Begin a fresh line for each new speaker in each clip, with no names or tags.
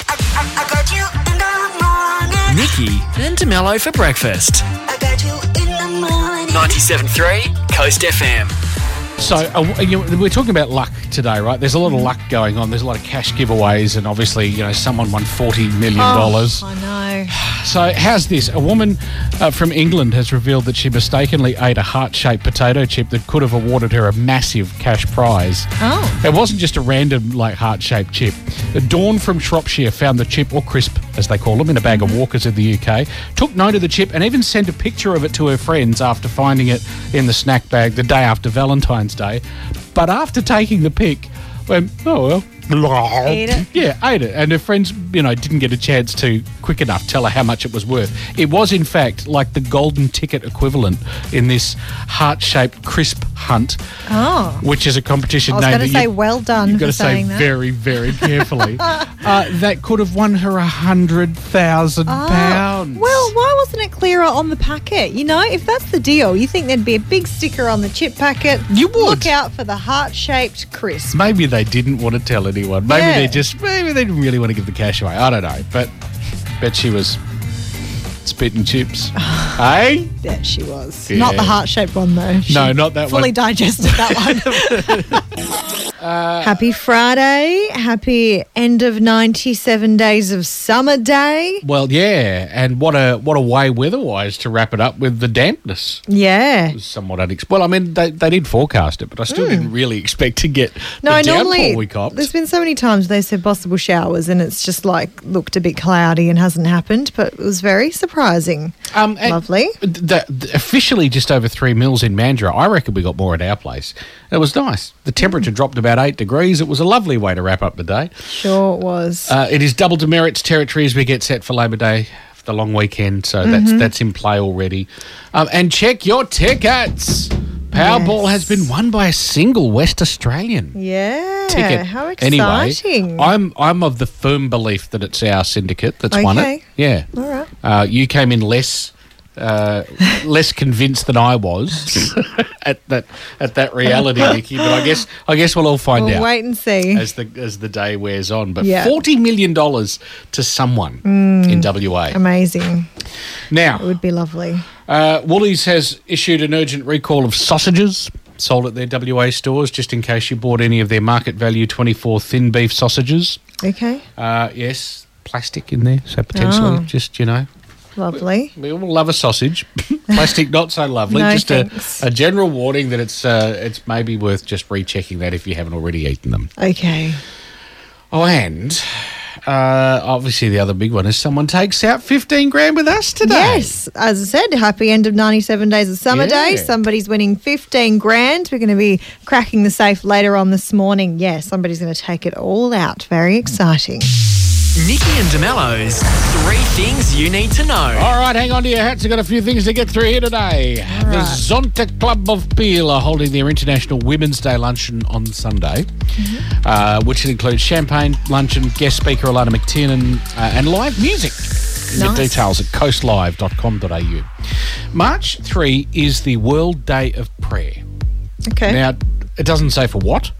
I got you in the morning.
Nikki and DeMello for breakfast.
I got you in the morning.
97.3 Coast FM.
So uh, you, we're talking about luck today, right? There's a lot of luck going on. There's a lot of cash giveaways, and obviously, you know, someone won forty million dollars.
Oh, I know.
So how's this? A woman uh, from England has revealed that she mistakenly ate a heart-shaped potato chip that could have awarded her a massive cash prize.
Oh.
It wasn't just a random like heart-shaped chip. Dawn from Shropshire found the chip, or crisp as they call them, in a bag of Walkers in the UK. Took note of the chip and even sent a picture of it to her friends after finding it in the snack bag the day after Valentine's Day. But after taking the pic, went oh well,
Ate it?
yeah, ate it. And her friends, you know, didn't get a chance to quick enough tell her how much it was worth. It was, in fact, like the golden ticket equivalent in this heart shaped crisp hunt,
Oh.
which is a competition
I was
name
going to
that
say,
you,
well done
you've got
for
to say
saying that.
very, very carefully. uh, that could have won her a hundred thousand
Oh.
pounds.
Well, why wasn't it clearer on the packet? You know, if that's the deal, you think there'd be a big sticker on the chip packet.
You would.
Look out for the heart-shaped crisp.
Maybe they didn't want to tell anyone. Maybe
Yeah.
they just maybe they didn't really want to give the cash away. I don't know, but bet she was spitting chips. hey?
That she was.
Yeah.
Not the heart-shaped one though. She
No, not that
Fully
one.
digested that one.
Uh,
happy Friday. Happy end of 97 days of summer day.
Well, yeah, and what a what a way weather-wise to wrap it up with the dampness.
Yeah.
It was somewhat unexpected. Well, I mean, they, they did forecast it, but I still didn't really expect to get
Hmm. No,
the
normally
downpour we copped.
there's been so many times they said possible showers, and it's just like looked a bit cloudy and hasn't happened, but it was very surprising.
Um, and
Lovely.
The, the- officially just over three mils in Mandurah. I reckon we got more at our place. It was nice. The temperature
Hmm.
dropped about eight degrees. It was a lovely way to wrap up the day.
Sure, it was.
Uh, it is double demerits territory as we get set for Labor Day, for the long weekend. So that's
Mm-hmm.
that's in play already. Um, and check your tickets. Powerball has
Yes.
been won by a single West Australian
yeah.
ticket.
How exciting!
anyway, I'm I'm of the firm belief that it's our syndicate that's won it.
Okay.
Yeah.
All right.
Uh, you came in less uh, less convinced than I was at that at that reality, Nikki. But I guess I guess we'll all find
we'll
out
wait and see.
as the as the day wears on. But
Yeah.
forty million dollars to someone in WA.
Amazing. Um, It
now,
would be lovely.
uh, Woolies has issued an urgent recall of sausages sold at their WA stores, just in case you bought any of their market value twenty four thin beef sausages.
Okay.
Uh, yes, plastic in there, so potentially
Oh.
just you know
Lovely.
we all love a sausage. Plastic, not so lovely.
No,
just a,
thanks.
a general warning that it's uh, it's maybe worth just rechecking that if you haven't already eaten them.
Okay.
Oh, and uh, obviously the other big one is someone takes out fifteen grand with us today.
Yes, as I said, happy end of 97 days of summer day.
Yeah.
Somebody's winning 15 grand. We're going to be cracking the safe later on this morning. Yeah, somebody's going to take it all out. Very exciting.
Nikki and DeMello's three things you need to know.
All right, hang on to your hats. We've got a few things to get through here today. the Zonta Club of Peel are holding their International Women's Day luncheon on Sunday,
Mm-hmm.
uh, which will include champagne, luncheon, guest speaker Alana McTiernan, uh, and live music. The
Nice.
details at coastlive.com.au. March 3 is the World Day of Prayer.
Okay.
Now, it doesn't say for what.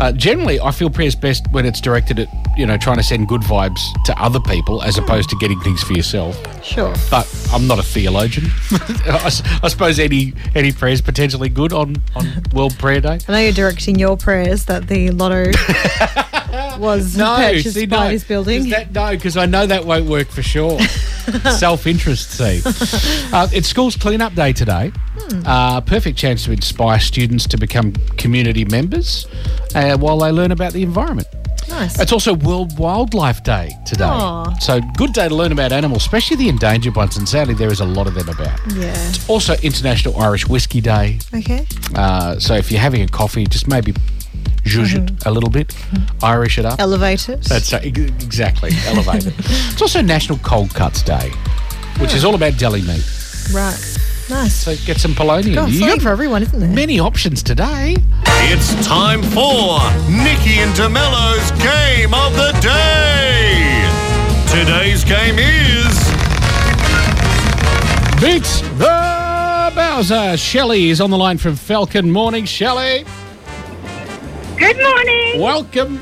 Uh, generally, I feel prayer's best when it's directed at, you know, trying to send good vibes to other people
Hmm.
as opposed to getting things for yourself
sure.
but I'm not a theologian. I, s- I suppose any any prayer is potentially good on on World Prayer Day.
I know you're directing your prayers that the lotto was purchased
see,
by
no.
this building.
Is that- no, because I know that won't work for sure. Self interest, see. Uh, it's school's clean up day today.
Hmm.
Uh, perfect chance to inspire students to become community members uh, while they learn about the environment.
nice.
It's also World Wildlife Day today.
Aw.
So, good day to learn about animals, especially the endangered ones, and sadly, there is a lot of them about.
yeah.
Also, International Irish Whiskey Day.
Okay.
Uh, so if you're having a coffee, just maybe zhuzh it
Mm-hmm.
a little bit, Irish it up.
Elevate it.
That's uh, ex- exactly elevate it. It's also National Cold Cuts Day, which is all about deli meat.
right. Nice.
So get some polony.
God,
in you. You
something
got
for everyone, isn't there?
many options today.
It's time for Nikki and DeMello's Game of the Day. Today's game is
Beat the Bowser. Shelley is on the line from Falcon. Morning, Shelley.
Good morning.
Welcome.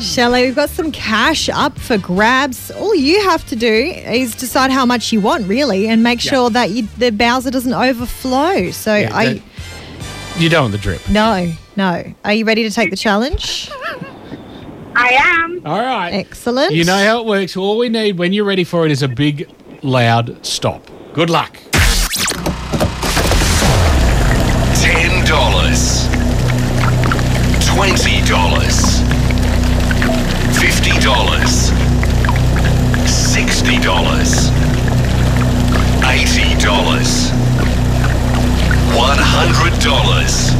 Shelley, we've got some cash up for grabs. All you have to do is decide how much you want, really, and make
Yeah.
sure that you, the Bowser doesn't overflow. So,
Yeah,
are
that-
you,
You don't want the drip.
no, no. Are you ready to take the challenge?
I am.
All right.
Excellent.
You know how it works. All we need when you're ready for it is a big, loud stop. Good luck.
Ten dollars. Twenty dollars. Fifty dollars. Sixty dollars. Eighty dollars. One hundred dollars.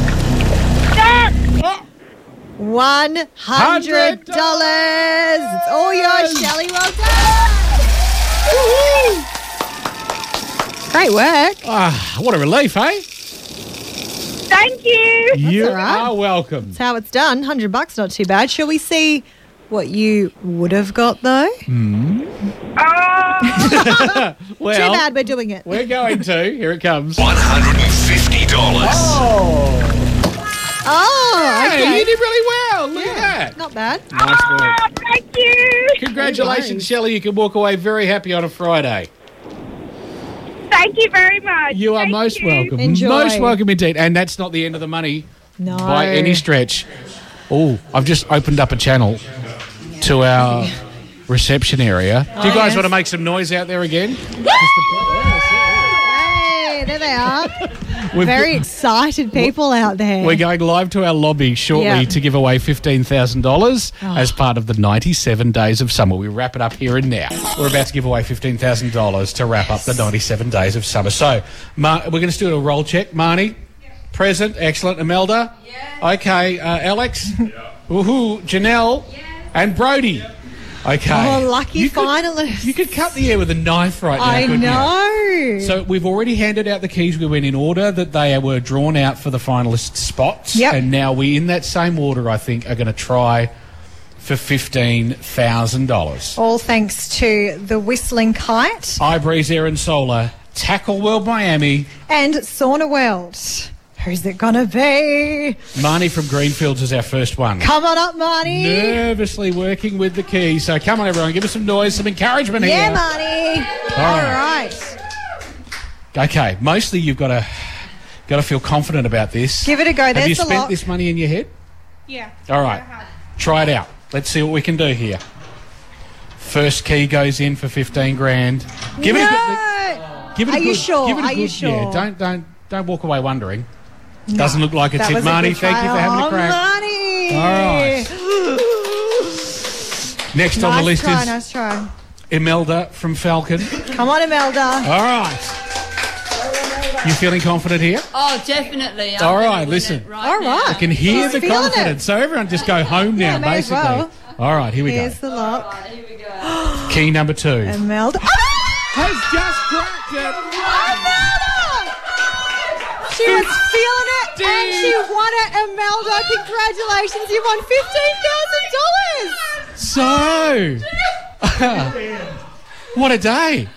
One hundred dollars. It's all yours, Shelley. Well done. Great work.
Ah, what a relief, eh?
Thank you.
you
all right.
are welcome.
That's how it's done. Hundred bucks, not too bad. Shall we see what you would have got though?
Oh,
Well,
too bad we're doing it.
we're going to. Here it comes.
One hundred and fifty dollars.
Oh,
Oh,
hey,
okay.
you did really well. Look at that.
Not bad.
Nice work.
Oh, thank you.
Congratulations, Shelley. You can walk away very happy on a Friday.
Thank you very much.
You are
Thank
most
you.
welcome.
Enjoy.
Most welcome indeed. And that's not the end of the money
No.
by any stretch. Oh, I've just opened up a channel to our reception area. Do you guys
Oh, yes.
want to make some noise out there again?
Hey, there they are.
We've
Very excited people out there.
We're going live to our lobby shortly
Yeah. Oh.
to give away $15,000 as part of the 97 Days of Summer. We wrap it up here and now. We're about to give away $15,000 to wrap up the 97 Days of Summer. So, Mar- we're going to do a roll check. Marnie, present. Excellent. Imelda? Yeah. Okay. Uh, Alex? Yeah. Woohoo. Janelle? And Brody? Okay.
Oh, lucky
You could-
finalists.
you could cut the air with a knife right now.
I
couldn't you?
know.
So we've already handed out the keys. We went in order that they were drawn out for the finalist spots.
Yep.
And now we, in that same order, I think, are going to try for fifteen thousand dollars.
All thanks to the Whistling Kite
Ibreeze Air and Solar, Tackle World Miami,
and Sauna World. Who's it gonna be?
Marnie from Greenfields is our first one.
Come on up, Marty.
Nervously working with the keys. So come on, everyone, give us some noise, some encouragement
Yeah,
here.
Marty. All right.
Okay, mostly you've got to got to feel confident about this.
Give it a go.
Have
There's
you
the
spent
lock.
this money in your head?
Yeah.
All right. Try it out. Let's see what we can do here. First key goes in for 15 grand. Give it a
No.
good, give it a
Are you
good-
sure?
Give it a
Are
good,
you
Yeah,
sure?
don't don't don't walk away wondering. Doesn't look like it's
That
it,
was a
Marnie.
good
Thank you
trial. Oh,
for having a crack.
Marty.
Next on the
Nice
list
try,
is
nice try.
Imelda from Falcon.
Come on, Imelda.
All right. You feeling confident here?
Oh, definitely. I'm
All
gonna
right,
win
listen.
it
All right.
now.
I can hear
She's
the
feeling it.
confidence. So everyone just go home now,
Yeah, may as
basically.
well.
All right, here we
Here's
go.
the lock. Ah!
Here we go.
Key number two.
Imelda.
Has just cracked it.
Imelda! She was feeling it and she won it, Imelda. Congratulations, you won $15,000.
So, what a day!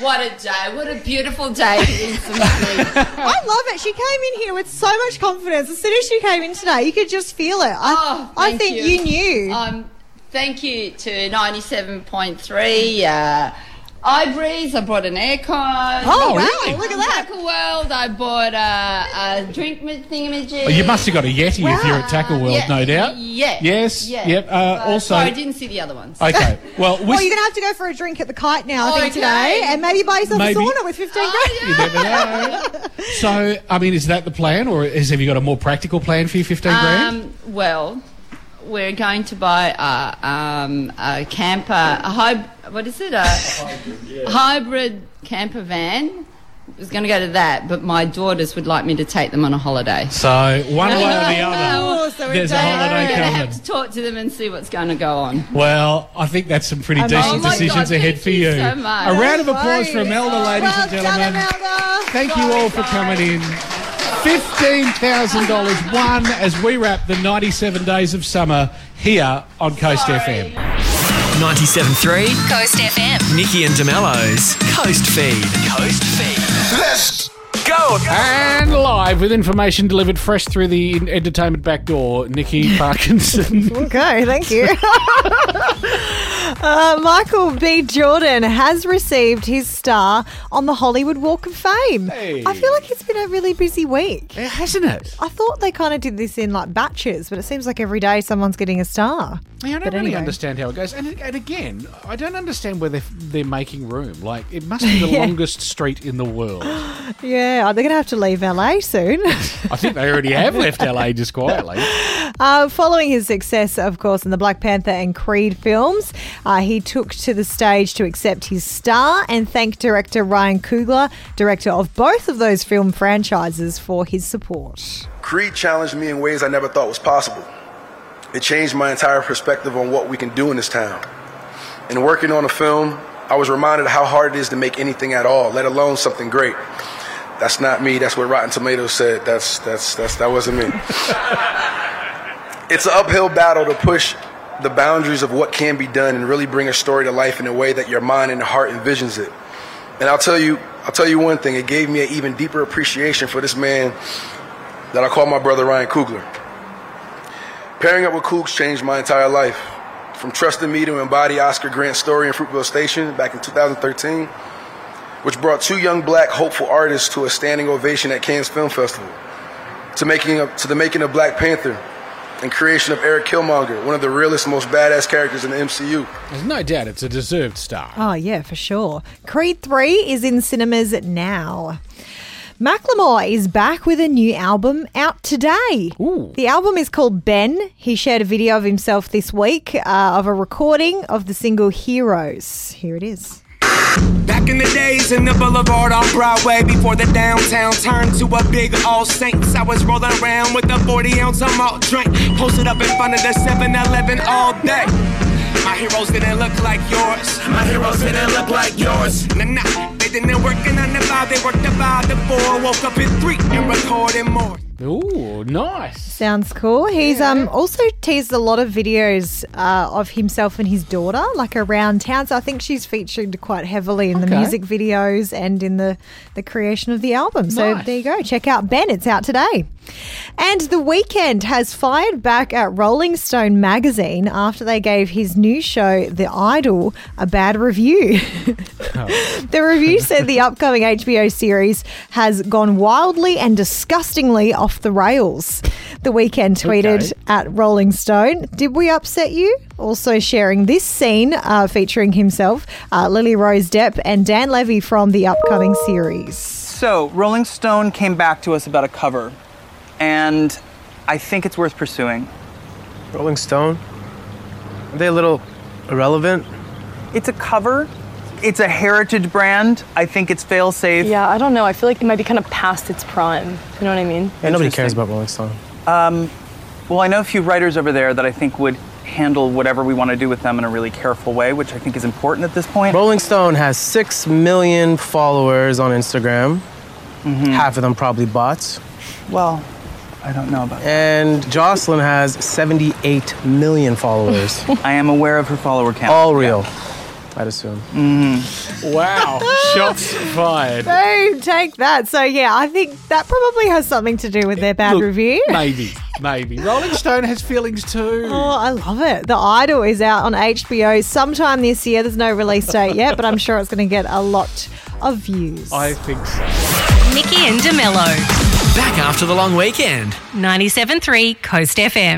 What a day. What a beautiful day to win some money.
I love it. She came in here with so much confidence. As soon as she came in today, you could just feel it. I,
Oh,
I
thank
think you,
you.
knew.
Um, thank you to 97.3. Uh, iBreeze, I bought an aircon.
oh, wow.
really?
Look at that.
Tackle World, I bought uh, a, a drink mi- thingamajig.
Oh, You must have got a Yeti if you're at Tackle World,
Yeah,
no doubt.
Yeah.
Yes.
yeah.
Yep. Uh, also.
Sorry, I didn't see the other ones.
okay. Well,
Well,
we
Oh, you're going to have to go for a drink at the kite now, I think,
Oh, Okay.
today. And maybe buy yourself
Maybe.
a sauna with 15 grand.
Oh, yeah.
never know. So, I mean, is that the plan, or is have you got a more practical plan for your fifteen grand?
Um, well, we're going to buy a, um, a camper, a hyb- what is it? A hybrid camper van. I was going to go to that, but my daughters would like me to take them on a holiday.
So, one way or the other.
Oh,
so
There's a
I'm
holiday
going to
coming.
have to talk to them and see what's going to go on.
Well, I think that's some pretty
Oh
decent
my God,
decisions
thank
ahead for you.
you so much.
A round of applause for Imelda, ladies
well
and gentlemen.
Done, Imelda.
Thank you all for coming in. $15,000 won as we wrap the 97 days of summer here on Coast FM.
97.3,
Coast FM.
Nikki and DeMello's Coast Feed. Coast Feed.
Let's go.
And live with information delivered fresh through the entertainment back door, Nikki Parkinson.
Okay, thank you. uh, Michael B. Jordan has received his star on the Hollywood Walk of Fame.
Hey.
I feel like it's been a really busy week.
Eh, hasn't it?
I thought they kind of did this in like batches, but it seems like every day someone's getting a star.
I mean, I don't
But
really
anyway.
understand how it goes. And, and again, I don't understand where they're, they're making room. Like, it must be the longest street in the world.
Yeah, they're going to have to leave LA soon.
I think they already have left LA just quietly.
Uh, following his success, of course, in the Black Panther and Creed films, uh, he took to the stage to accept his star and thank director Ryan Coogler, director of both of those film franchises, for his support.
Creed challenged me in ways I never thought was possible. It changed my entire perspective on what we can do in this town. In working on a film, I was reminded how hard it is to make anything at all, let alone something great. That's not me. That's what Rotten Tomatoes said. That's that's that's that wasn't me. it's an uphill battle to push the boundaries of what can be done and really bring a story to life in a way that your mind and heart envisions it. And I'll tell you, I'll tell you one thing. It gave me an even deeper appreciation for this man that I call my brother Ryan Kugler. Pairing up with Kooks changed my entire life. From trusting me to embody Oscar Grant's story in Fruitville Station back in 2013, which brought two young black hopeful artists to a standing ovation at Cannes Film Festival, to, making of- to the making of Black Panther and creation of Eric Killmonger, one of the realest, most badass characters in the MCU.
There's no doubt it's a deserved star.
Oh, yeah, for sure. Creed 3 is in cinemas now. Macklemore is back with a new album out today.
Ooh.
The album is called Ben. He shared a video of himself this week uh, of a recording of the single Heroes. Here it is.
Back in the days in the boulevard on Broadway, before the downtown turned to a big All Saints, I was rolling around with a 40 ounce of malt drink, posted up in front of the 7 Eleven all day. My heroes didn't look like yours. My heroes didn't look like yours. Nah, nah, they didn't work in on the vibe, they worked the vibe, the four, woke up at three and recorded more.
Ooh, nice.
Sounds cool. He's um also teased a lot of videos uh, of himself and his daughter, like around town. So I think she's featured quite heavily in the
Okay.
music videos and in the the creation of the album. So
Nice.
there you go. Check out Ben. It's out today. And The Weeknd has fired back at Rolling Stone magazine after they gave his new show, The Idol, a bad review. The review said the upcoming HBO series has gone wildly and disgustingly off the rails. The weekend tweeted
Okay.
at Rolling Stone, "Did we upset you?" Also sharing this scene uh, featuring himself, uh, Lily Rose Depp, and Dan Levy from the upcoming series.
So, Rolling Stone came back to us about a cover, and I think it's worth pursuing.
Rolling Stone? Are they a little irrelevant?
It's a cover. It's a heritage brand. I think it's fail safe.
Yeah, I don't know. I feel like it might be kind of past its prime. You know what I mean? Yeah, nobody cares about Rolling Stone.
Well, I know a few writers over there that I think would handle whatever we want to do with them in a really careful way, which I think is important at this point.
Rolling Stone has six million followers on Instagram.
Mm-hmm.
Half of them probably bots.
Well, I don't know about that.
And Jocelyn has 78 million followers.
I am aware of her follower count.
All real, I'd assume.
Wow. Mm-hmm. Shots fired.
Boom! Take that. So yeah, I think that probably has something to do with their bad
Look,
review.
Maybe, maybe. Rolling Stone has feelings too.
Oh, I love it. The Idol is out on HBO sometime this year. There's no release date yet, but I'm sure it's going to get a lot of views.
I think so.
Nikki and DeMello.
Back after the long weekend.
97.3 Coast FM.